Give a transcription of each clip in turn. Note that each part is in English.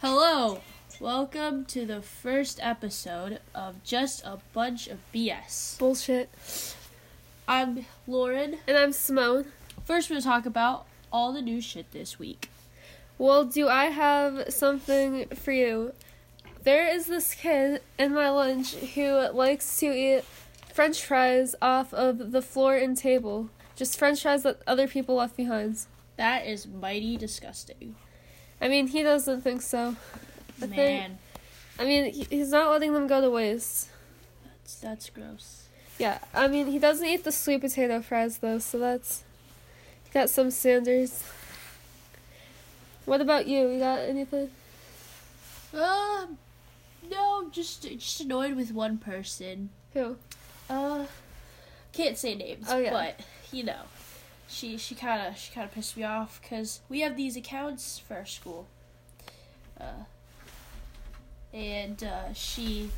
Hello! Welcome to the first episode of Just a Bunch of BS. Bullshit. I'm Lauren. And I'm Simone. First, we'll talk about all the new shit this week. Well, do I have something for you? There is this kid in my lunch who likes to eat french fries off of the floor and table. Just french fries that other people left behind. That is mighty disgusting. I mean, he doesn't think so. I think- Man, I mean, he- he's not letting them go to waste. that's, that's gross. Yeah, I mean, he doesn't eat the sweet potato fries though, so that's he got some standards. What about you? You got anything? Um, no, just just annoyed with one person. Who? Uh, can't say names, Oh, yeah. but you know, she she kind of she kind of pissed me off because we have these accounts for our school, uh, and uh, she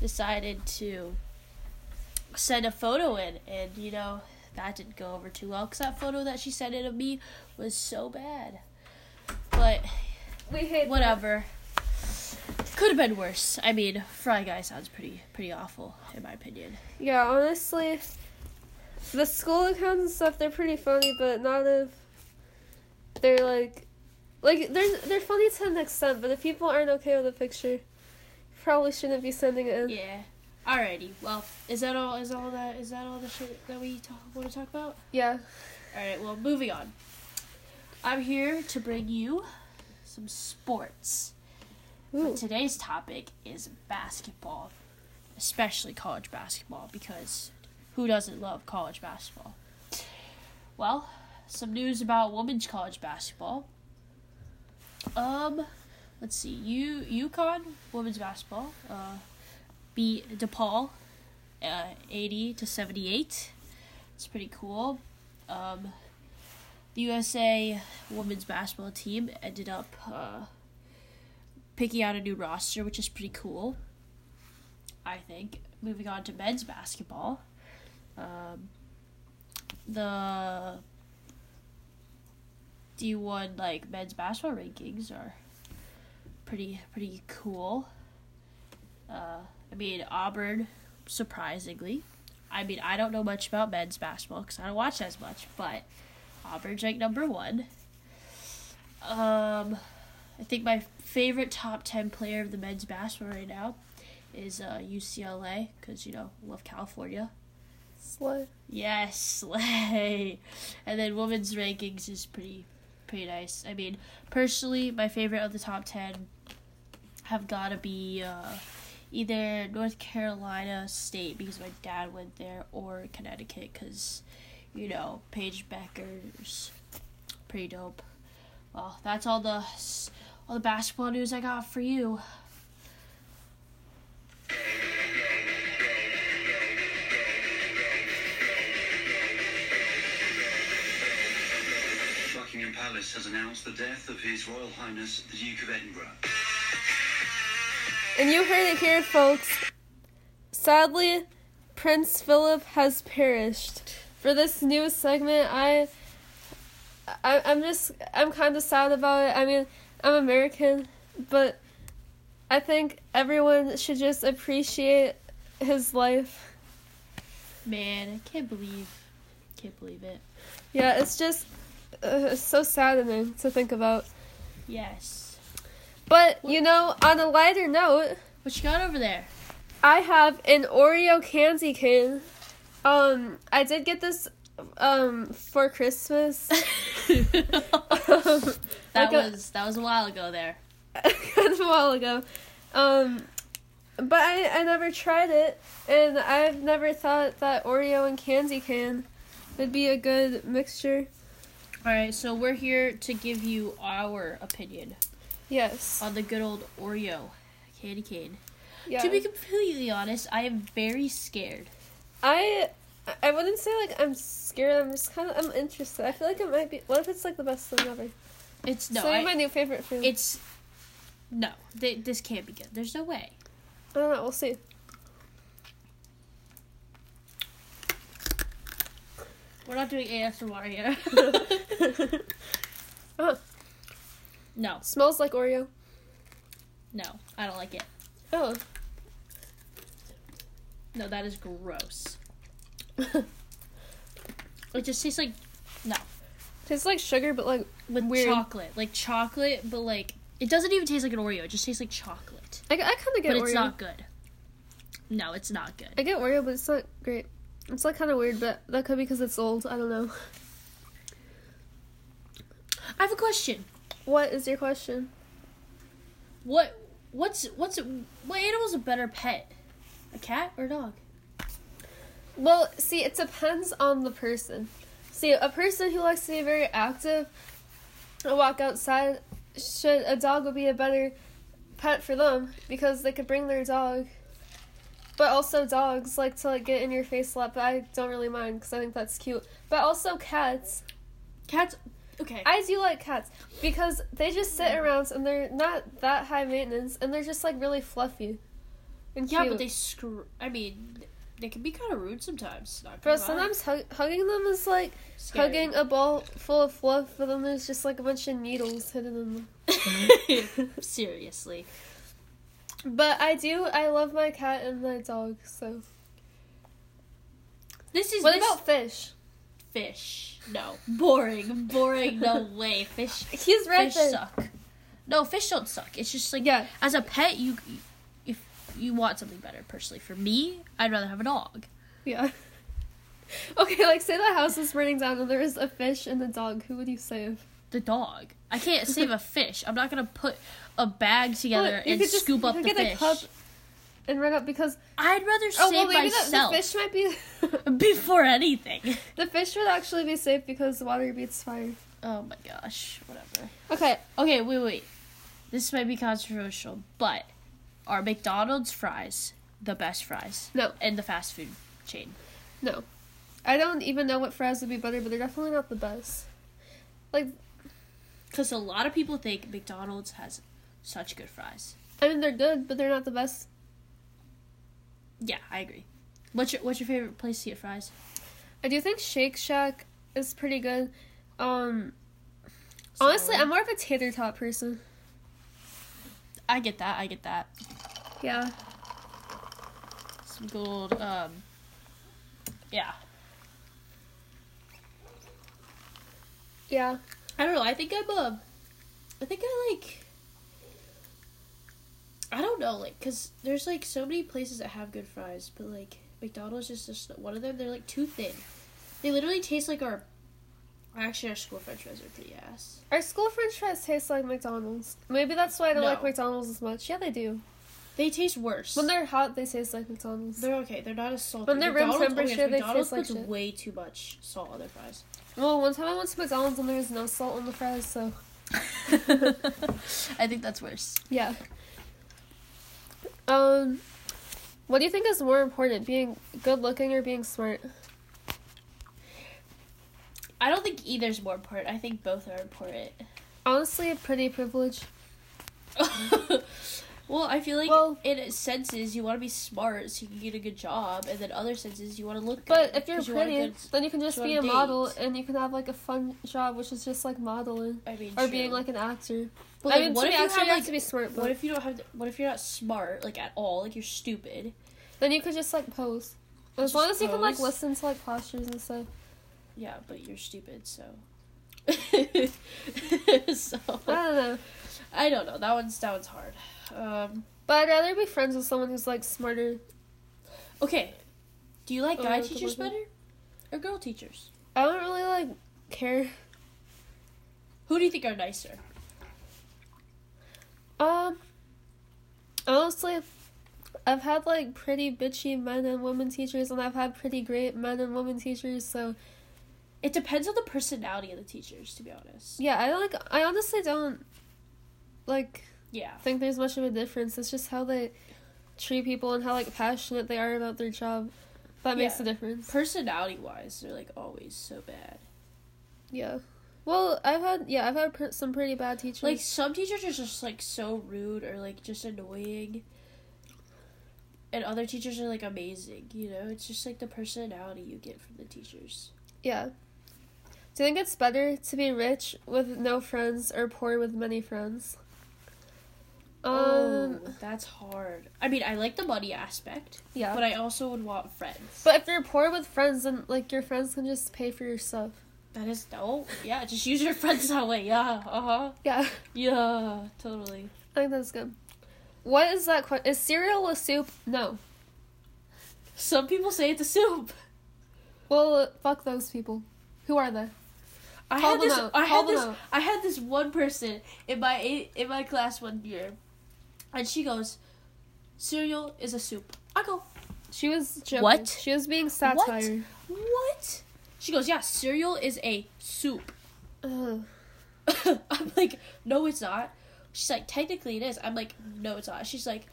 decided to send a photo in, and you know that didn't go over too well because that photo that she sent in of me was so bad, but We hate whatever. Could have been worse. I mean, Fry Guy sounds pretty pretty awful in my opinion. Yeah, honestly, the school accounts and stuff they're pretty funny, but not if they're like, like they're they're funny to an extent. But if people aren't okay with the picture, probably shouldn't be sending it. In. Yeah. Alrighty. Well, is that all? Is all that? Is that all the shit that we talk, want to talk about? Yeah. All right. Well, moving on. I'm here to bring you some sports. Ooh. But today's topic is basketball, especially college basketball, because who doesn't love college basketball? Well, some news about women's college basketball. Um, let's see. U UConn women's basketball uh, beat DePaul uh, eighty to seventy eight. It's pretty cool. Um, the USA women's basketball team ended up. Uh, picking out a new roster, which is pretty cool. I think. Moving on to men's basketball, um, the D one like men's basketball rankings are pretty pretty cool. Uh, I mean Auburn, surprisingly. I mean I don't know much about men's basketball because I don't watch as much, but Auburn's ranked number one. Um, I think my favorite top 10 player of the men's basketball right now is uh, UCLA because, you know, love California. Slay. Yes, slay. And then women's rankings is pretty, pretty nice. I mean, personally, my favorite of the top 10 have got to be uh, either North Carolina State because my dad went there or Connecticut because, you know, Paige Becker's pretty dope. Well, that's all the s- all the basketball news I got for you. Buckingham Palace has announced the death of His Royal Highness the Duke of Edinburgh. And you heard it here, folks. Sadly, Prince Philip has perished. For this news segment, I, I I'm just I'm kind of sad about it. I mean, I'm American, but I think everyone should just appreciate his life. Man, I can't believe, can't believe it. Yeah, it's just uh, it's so saddening to think about. Yes. But you know, on a lighter note, What you got over there? I have an Oreo candy cane. Um, I did get this um for Christmas. Um, that Like a- was that was a while ago there. kind of a while ago. Um, but I, I never tried it, and I've never thought that Oreo and candy can would be a good mixture. All right, so we're here to give you our opinion Yes. on the good old Oreo candy cane. yeah. Um, To be completely honest, I am very scared. I I wouldn't say like I'm scared. I'm just kind of I'm interested. I feel like it might be. What if it's like the best thing ever? It's no, so I- my new favorite food. it's no. Th- this can't be good. There's no way. I don't know. We'll see. We're not doing ASMR here. Oh, no, smells like Oreo. No, I don't like it. Oh. No, that is gross. it just tastes like no, Tastes like sugar, but like with Weird. chocolate, like chocolate, but like it doesn't even taste like an Oreo. It just tastes like chocolate, I, I kind of get but Oreo. it's not good. No, it's not good. I get Oreo, but it's not great. It's like kind of weird, but that could be because it's old. I don't know. I have a question. What is your question? What what's what's what animal's a better pet? A cat or a dog? Well, see, it depends on the person. See, a person who likes to be very active and walk outside, should a dog would be a better pet for them because they could bring their dog. But also, dogs like to like get in your face a lot, but I don't really mind because I think that's cute. But also, cats. Cats. Okay. I do like cats because they just sit around and they're not that high maintenance and they're just like really fluffy. And yeah, cute. but they screw. I mean, they can be kind of rude sometimes. Not Bro, gonna lie. sometimes hug- hugging them is like Scary. hugging a ball full of fluff, but then there's just like a bunch of needles hidden in them. Seriously. But I do, I love my cat and my dog, so. This is What this about fish? fish. No. Boring. Boring. No way. Fish He's right fish there. suck. No, fish don't suck. It's just like Yeah. as a pet you if you want something better personally. For me, I'd rather have a dog. Yeah. Okay, like say the house is burning down and there is a fish and a dog. Who would you save? The dog. I can't save a fish. I'm not gonna put a bag together you and could just- scoop you up could the get a fish. cup and run up because I'd rather oh save well maybe the, the myself fish might be before anything. The fish would actually be safe because water beats fire. Oh my gosh. Whatever. Okay. Okay, wait, wait. This might be controversial, but are McDonald's fries the best fries No, in the fast food chain? no. I don't even know what fries would be better, but they're definitely not the best. Like, Because a lot of people think McDonald's has such good fries. I mean, they're good, but they're not the best. Yeah, I agree. What's your What's your favorite place to get fries? I do think Shake Shack is pretty good. Um, honestly, Solid. I'm more of a tater tot person. I get that. I get that. Yeah. Some good old, um, yeah. Yeah. I don't know. I think I'm um, I think I like. I don't know, like, cause there's like so many places that have good fries, but like McDonald's is just one of them. They're like too thin. They literally taste like our. Actually, our school French fries are pretty ass. Our school french fries taste like McDonald's. Maybe that's why I don't No. like McDonald's as much. Yeah, they do. They taste worse. When they're hot, they taste like McDonald's. They're okay. They're not as salty. When they're room McDonald's- oh, yes, temperature, they McDonald's taste like puts shit. way too much salt on their fries. well, one time I went to McDonald's and there was no salt on the fries, so. I think that's worse. Yeah. Um, what do you think is more important, being good looking or being smart? I don't think either's more important. I think both are important. Honestly, pretty privilege. well, I feel like Well- in senses you want to be smart so you can get a good job, and then other senses you want to look. But good if you're 'cause you want a pretty, then you can just you be a wanna model date. and you can have like a fun job, which is just like modeling I mean, or true. being like an actor. But I like, mean, what to if be you actor, have, like- to be smart, but What if you don't have? The, what if you're not smart, like at all? Like you're stupid. then you could just like pose. As Just long as you can like pose. listen to like postures and stuff. Yeah, but you're stupid. So, so I don't know. I don't know. That one's that one's hard. Um, But I'd rather be friends with someone who's like smarter. okay, do you like Oh, guy that's a teachers good one. better or girl teachers? I don't really like care. Who do you think are nicer? Um, honestly, I've had like pretty bitchy men and women teachers, and I've had pretty great men and women teachers. So It depends on the personality of the teachers, to be honest. yeah, I like. I honestly don't like Yeah. think there's much of a difference. It's just how they treat people and how like passionate they are about their job. That makes Yeah. a difference. personality wise, they're like always so bad. Yeah. Well, I've had yeah, I've had pr- some pretty bad teachers. Like some teachers are just like so rude or like just annoying, and other teachers are like amazing. You know, it's just like the personality you get from the teachers. yeah. Do you think it's better to be rich with no friends or poor with many friends? Um, oh, that's hard. I mean, I like the money aspect, yeah. but But, I also would want friends. if you're poor with friends, then like your friends can just pay for your stuff. that is no. Yeah, just use your friends that way. Yeah. Uh huh. Yeah, Yeah. Totally. I think that's good. What is that question? Is cereal a soup? No. Some people say it's a soup. Well, uh, fuck those people. Who are they? I Call had them this. out. I Call had them this. out. I had this one person in my eight- in my class one year, and she goes, "Cereal is a soup." I go, She was joking. What? She was being satire. "What?" She goes, "Yeah, cereal is a soup." Ugh. I'm like, "No, it's not." She's like, "Technically, it is." I'm like, "No, it's not." She's like,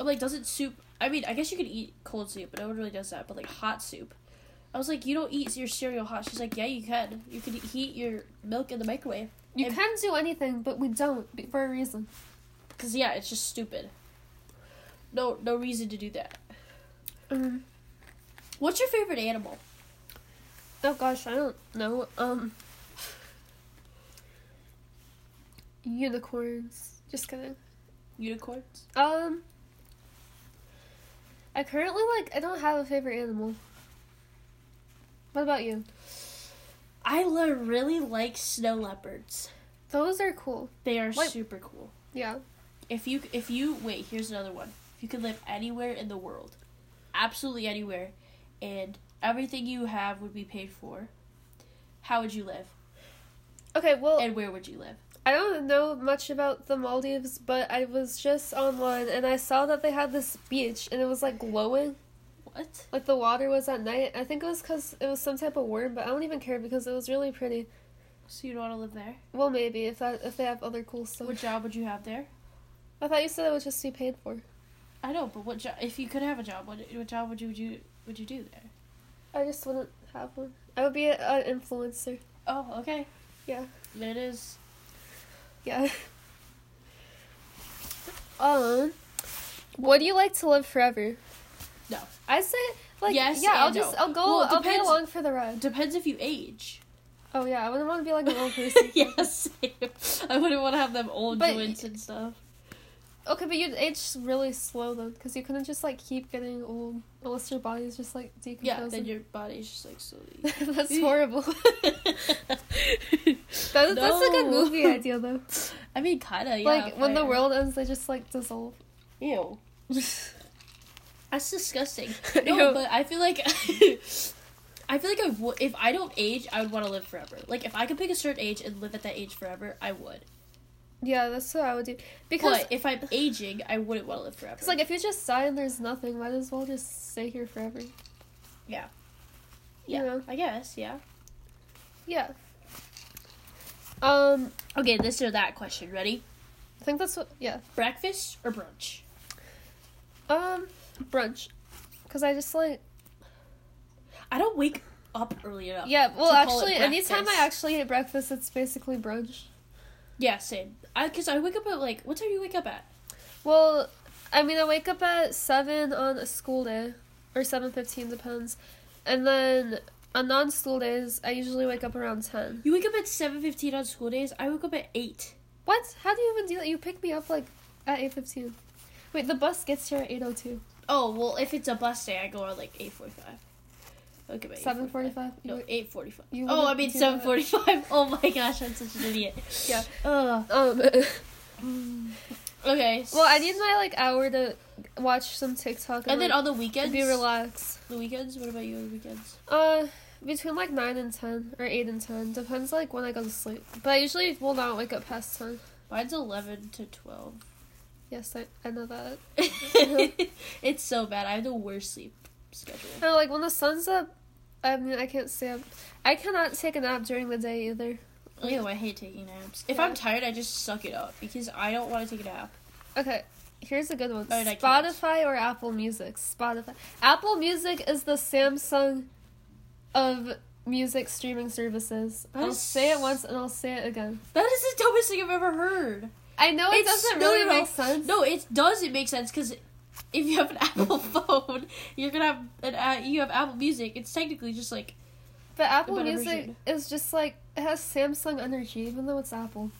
"I'm like, doesn't soup? I mean, I guess you could eat cold soup, but no one really does that. But like hot soup." I was like, "You don't eat your cereal hot." She's like, "Yeah, you can. You can heat your milk in the microwave." You And- can do anything, but we don't be- for a reason. Cause yeah, it's just stupid. No, no reason to do that. Mm. What's your favorite animal? Oh gosh, I don't know. Um, unicorns. Just kidding. Unicorns. Um, I currently like I don't have a favorite animal. What about you? I le- really like snow leopards. Those are cool. They are What? super cool. Yeah. If you, if you wait, here's another one. If you could live anywhere in the world, absolutely anywhere, and everything you have would be paid for, how would you live? Okay. Well, And where would you live? I don't know much about the Maldives, but I was just online and I saw that they had this beach and it was like glowing. What? Like the water was at night. I think it was because it was some type of worm, but I don't even care because it was really pretty. So you'd want to live there? Well, maybe if that if they have other cool stuff. What job would you have there? I thought you said it would just be paid for. I know, but what job? If you could have a job, what, what job would you, would you would you do there? I just wouldn't have one. I would be a- an influencer. Oh, okay. Yeah. There it is. Yeah. Um, would you like to live forever? No. I say like Yes yeah. I'll and just no. I'll go. Well, it I'll be depends- along for the ride. Depends if you age. Oh yeah, I wouldn't want to be like an old person. yes, same. I wouldn't want to have them old But- joints and stuff. Okay, but you'd age really slow though, because you couldn't just like keep getting old unless your body's just like Yeah, decomposing. then your body's just like slowly. that's horrible. That, That's like a No. movie idea though. I mean, kinda. Yeah. like when the fire. world ends, they just like dissolve. Ew. That's disgusting. Ew. No, but I feel like I feel like I would. If I don't age, I would want to live forever. Like if I could pick a certain age and live at that age forever, I would. Yeah, that's what I would do. Because But if I'm aging, I wouldn't want to live forever. It's like if you just die and there's nothing, might as well just stay here forever. yeah, you yeah. know. I guess. Yeah. Yeah. Um, Okay, this or that question. Ready? I think that's what. Yeah. Breakfast or brunch? Um, brunch, because I just like. I don't wake up early enough. Yeah. Well, To call it actually, anytime I breakfast. actually eat breakfast, it's basically brunch. Yeah, same. I because I wake up at like what time do you wake up at? Well, I mean, I wake up at seven on a school day, or seven fifteen depends, and then on non-school days, I usually wake up around ten. You wake up at seven fifteen on school days. I wake up at eight. What? How do you even do that? You pick me up like at eight fifteen. Wait, the bus gets here at eight o two. Oh well, if it's a bus day, I go on like eight forty five. Wake up at Seven 8:45. forty-five. No, eight forty five. You Oh, I wouldn't mean do seven forty five. Oh my gosh, I'm such an idiot. Yeah. Ugh. Um. Okay. well, I need my like hour to watch some TikTok and, And then like, on the weekends, be relaxed. the weekends. What about you on the weekends? Uh, between like nine and ten or eight and ten depends like when I go to sleep. But I usually will not wake up past ten. Mine's eleven to twelve. Yes, I, I know that. it's so bad. I have the worst sleep schedule. And like when the sun's up, I mean I can't stay up. I cannot take a nap during the day either. Ew, oh, I hate taking naps. If Yeah. I'm tired, I just suck it up because I don't want to take a nap. Okay. Here's a good one. Oh, and I can't. Spotify or Apple Music? Spotify. Apple Music is the Samsung of music streaming services. That I'll is- say it once and I'll say it again. That is the dumbest thing I've ever heard. I know Oh, it It's- doesn't no, really no, no. make sense. No, it does. It makes sense because if you have an Apple phone, you're gonna have an uh, you have Apple Music. It's technically just like But Apple But I Music appreciate is just like it has Samsung energy, even though it's Apple.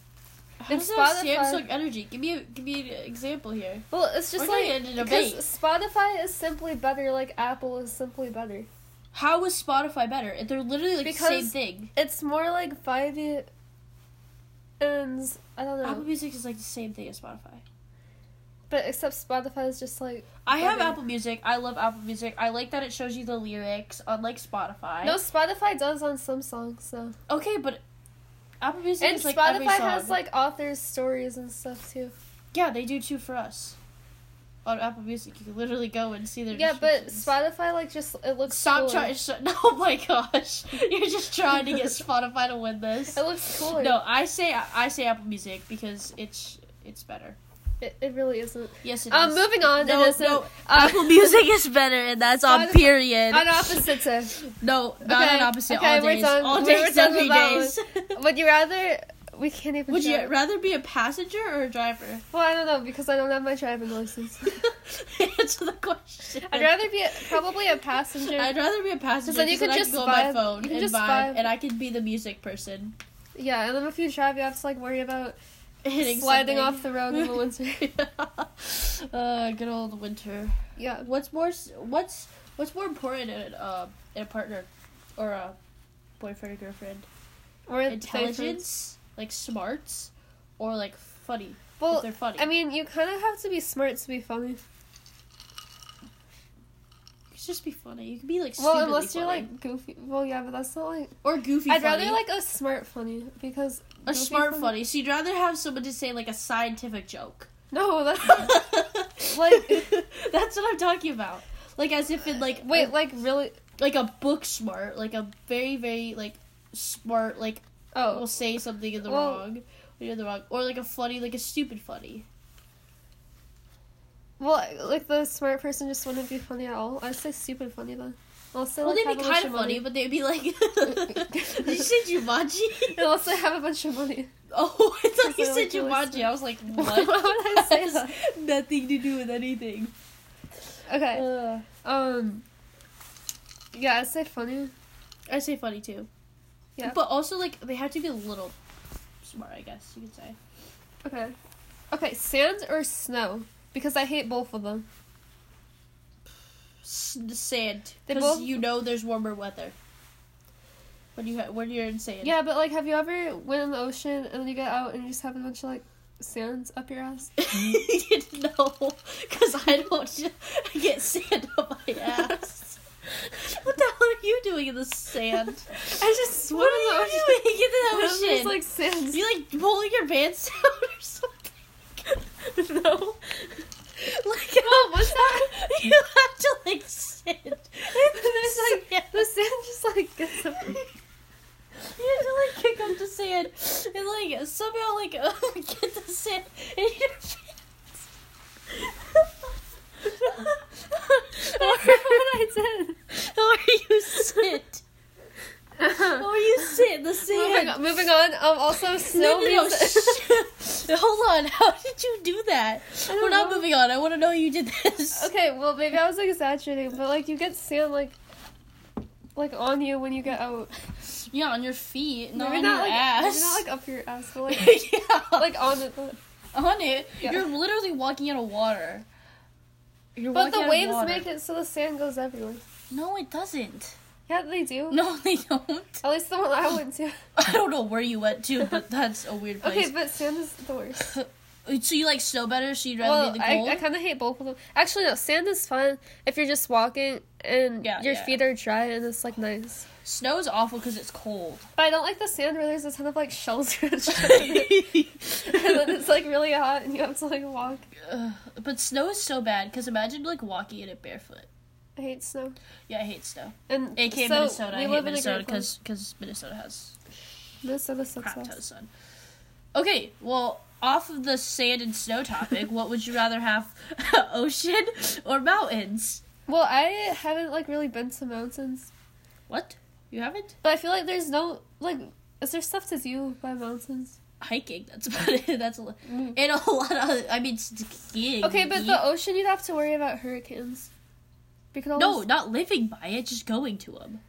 How If does that Spotify- Samsung Energy? Give me a, give me an example here. Well, it's just We're like getting into because debate. Spotify is simply better, like Apple is simply better. How is Spotify better? They're literally like the same Because- thing. It's more like vibey, and s- I don't know. Apple Music is like the same thing as Spotify. But except Spotify is just like I have Okay. Apple Music. I love Apple Music. I like that it shows you the lyrics, unlike Spotify. no Spotify does on some songs though, Okay, but Apple Music and is like every Spotify song. has like authors' stories and stuff too. yeah, they do too for us. On Apple Music, you can literally go and see their Yeah, but descriptions. Spotify like just it looks Stop cooler. trying. sh- No, oh my gosh, you're just trying to get Spotify to win this. It looks cooler. No, I say I say Apple Music because it's it's better. it, it really isn't. Yes, it is. Um, moving on. No, it isn't. no, Uh, Apple Music is better, and that's on Spotify- period. on opposite tip. no, not Okay, on opposite. okay, all we're days, done. all We're days, done every with that days. Would you rather? We can't even. Would you try. rather be a passenger or a driver? Well, I don't know because I don't have my driving license. Answer the question. I'd rather be a, probably a passenger. I'd rather be a passenger then you because could I just can go on my vibe- phone you can and just vibe, vibe. and I can be the music person. yeah, and then if you drive, you have to like worry about Hitting sliding something. off the road in the winter. uh, good old winter. yeah, What's more? s- What's what's more important in uh, in a partner, or a boyfriend or girlfriend? or if they- Intelligence, like smarts, or like funny. if Well, they're funny. I mean, you kind of have to be smart to be funny. You could just be funny. You could be like well, stupidly unless you're funny. like goofy. Well, yeah, but that's not like. or goofy. I'd funny. rather like a smart funny because a goofy smart funny. So you'd rather have someone to say like a scientific joke. No, that's not, Like- that's what I'm talking about. Like as if in like wait, a- like really. like a book smart, like a very very like smart like will Oh, say something in the Well- wrong. You're in the wrong, or like a funny, like a stupid funny. well, like the smart person just wouldn't be funny at all. I'd say stupid funny then. Also, Well, like, they'd be have a bunch kind of of money. funny, but they'd be like, "Did you say Jumanji?" Unless I have a bunch of money. oh, I thought you Because I said like really Jumanji. I was like, "What?" Why would I say Has that? Nothing to do with anything. Okay. Ugh. Um. Yeah, I'd say funny. I say funny too. Yeah. But also, like, they have to be a little smart, I guess you could say. Okay. Okay, sand or snow? Because I hate both of them. S- the sand, They because both- you know there's warmer weather when you ha- when you're in sand. Yeah, but like, have you ever went in the ocean and then you get out and you just have a bunch of like sands up your ass? no, because I don't ju- I get sand on my ass. what the hell are you doing in the sand? I just swim What are in the you ocean. doing in the and ocean? there's, like sands. you like pulling your pants down or something? no. Like, Mom, what's that? you have to like sit. There's, like, Sand. the sand just like gets up. You have to like kick up the sand and like somehow like get the sand in your pants. Or what I did. or you sit. Or you sit in the moving, sand. on, moving on. Um, also No, no, snow. no, means- shh. Hold on. How did you do that? don't We're not know. moving on. I want to know you did this. Okay, well maybe I was like exaggerating, but like you get sand like like on you when you get out. Yeah, on your feet, not maybe on not your like maybe ass. not like up your ass, but like yeah, like on it. on it. Yeah. You're literally walking out of water. You're But walking the out of waves water. make it so the sand goes everywhere. No, it doesn't. Yeah, they do. No, they don't. At least the one I went to. I don't know where you went to, but that's a weird Okay, place. but sand is the worst. So you like snow better, so you'd rather Well, be in the I, cold. I kind of hate both of them. Actually, no, sand is fun if you're just walking and Yeah, your yeah. feet are dry and it's like nice. Snow is awful because it's cold. But I don't like the sand where there's a ton of like shells around you. and then it's like really hot and you have to like walk. Ugh, but snow is so bad because imagine like walking in it barefoot. I hate snow. Yeah, I hate snow. And AKA so, Minnesota. we I hate live in a Minnesota great place. because Minnesota has Minnesota sucks. crap ton of ass. sun. Okay, well, off of the sand and snow topic, what would you rather have, ocean or mountains? Well, I haven't like really been to mountains, What? You haven't but I feel like there's no like. Is there stuff to do by mountains? hiking? That's about it. That's a lot. and a lot of. I mean, skiing. Mm. Okay, but maybe. the ocean you'd have to worry about hurricanes. We could no, always, not living by it, just going to them.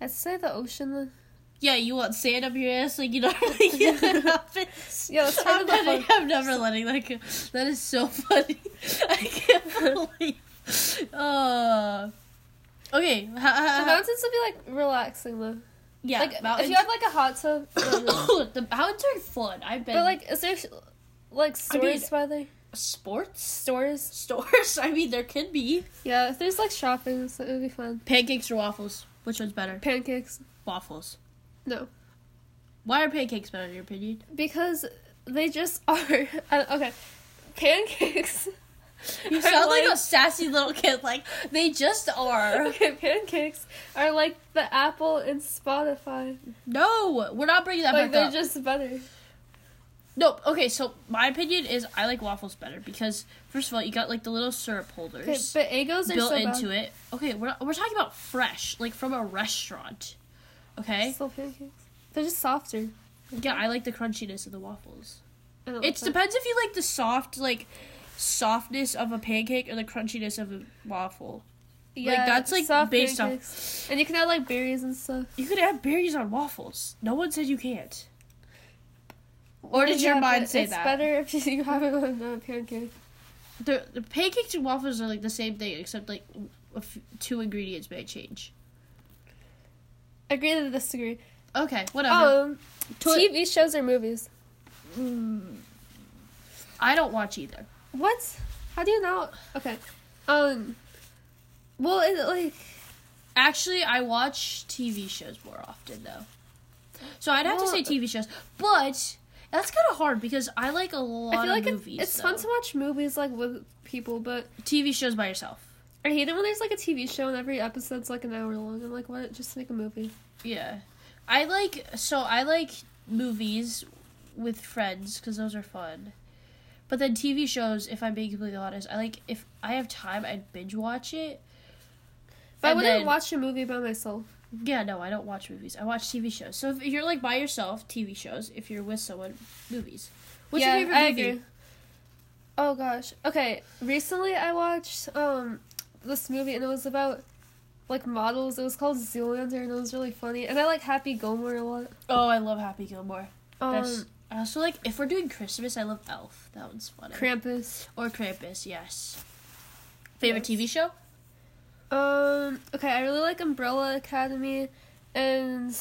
I'd say the ocean. then. yeah, you want sand up your ass like you normally get it happens. Yeah, that's part I'm, of the never, fun. I'm never letting that go. That is so funny. I can't believe. Uh, okay, ha, The ha, ha. mountains would be like relaxing though. Uh, yeah, like mountains. if you had like a hot tub, no, no. the mountains are fun. I've been but like is there sh- like I stores mean- by there? sports Stores? stores. I mean, there could be Yeah, if there's like shopping, so it would be fun. pancakes or waffles. Which one's better? Pancakes? Waffles. No, Why are pancakes better in your opinion? because they just are. I, okay, pancakes. You are sound like a sassy little kid. Like they just are. Okay, pancakes are like the Apple and Spotify. No, we're not bringing that Like back they're up. just better. No, okay, so my opinion is I like waffles better because first of all, you got like the little syrup Okay, holders but Egos are built so into bad. it. Okay, we're we're talking about fresh, like from a restaurant. Okay? Still pancakes. They're just softer. Yeah, I like the crunchiness of the waffles. I don't It like depends if you like the soft like softness of a pancake or the crunchiness of a waffle. that. like, that's, like, based off- pancakes. And you can add like berries and stuff. You could add berries on waffles. No one said you can't. Or did Yeah, your mind but say it's that? It's better if you have it on a pancake. The, the pancakes and waffles are like the same thing, except like a f- two ingredients may change. Agree to disagree. Okay, whatever. Um, Toi- TV shows or movies? I don't watch either. What? How do you know? Okay. Um. Well, is it like Actually, I watch TV shows more often though. So I'd have to say Well- TV shows, but that's kind of hard because I like a lot I feel like of it- movies. it's fun though. to watch movies like with people, but TV shows by yourself. I hate it when there's like a TV show and every episode's like an hour long. I'm like, why don't just make a movie? Yeah, I like so I like movies with friends because those are fun. But then TV shows, if I'm being completely honest, I like if I have time, I'd binge watch it. But I And wouldn't then- watch a movie by myself. Yeah, no, I don't watch movies. I watch TV shows. So if you're like by yourself, TV shows. If you're with someone, movies. What's Yeah, your favorite I movie? agree. Oh gosh. Okay. Recently, I watched um this movie and it was about like models. It was called Zoolander and it was really funny. And I like Happy Gilmore a lot. Oh, I love Happy Gilmore. Um, That's I also like if we're doing Christmas, I love Elf. That one's funny. Krampus. or Krampus, yes. Favorite Yes. TV show? Um. Okay, I really like Umbrella Academy, and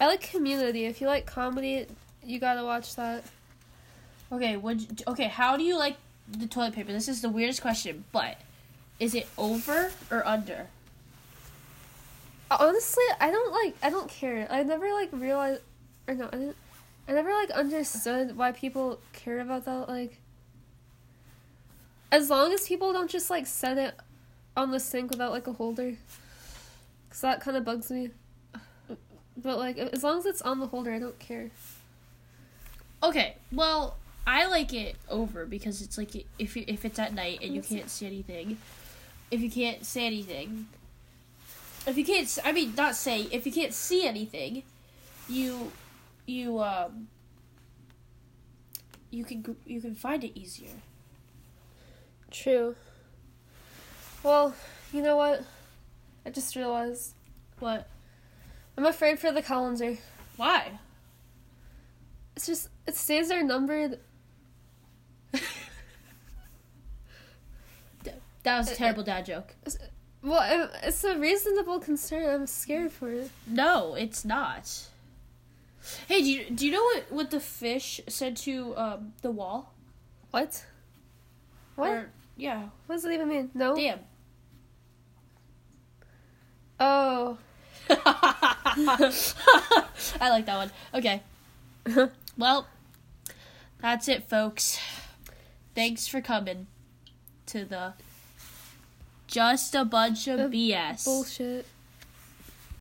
I like Community. If you like comedy, you gotta watch that. Okay, would you- okay. How do you like the toilet paper? This is the weirdest question, but is it over or under? Honestly, I don't like. I don't care. I never like realized, or no, I didn't. I never like understood why people care about that. Like, as long as people don't just like set it on the sink without like a holder, cause that kind of bugs me. But like, as long as it's on the holder, I don't care. Okay, well, I like it over because it's like if you, if it's at night and you Yes. can't see anything, if you can't say anything, if you can't, s- I mean, not say if you can't see anything, you you um you can gr- you can find it easier. True. Well, you know what? I just realized What? I'm afraid for the calendar. Why? It's just it stays there numbered. That was a Uh, uh, terrible dad joke. Well, I- it's a reasonable concern. I'm scared for it. No, it's not. Hey, do you, do you know what, what the fish said to um, the wall? What? What? Or, yeah. what does it even mean? No. Damn. Oh. I like that one. Okay. Well, that's it, folks. Thanks for coming to the Just a Bunch of Uh, BS. Bullshit.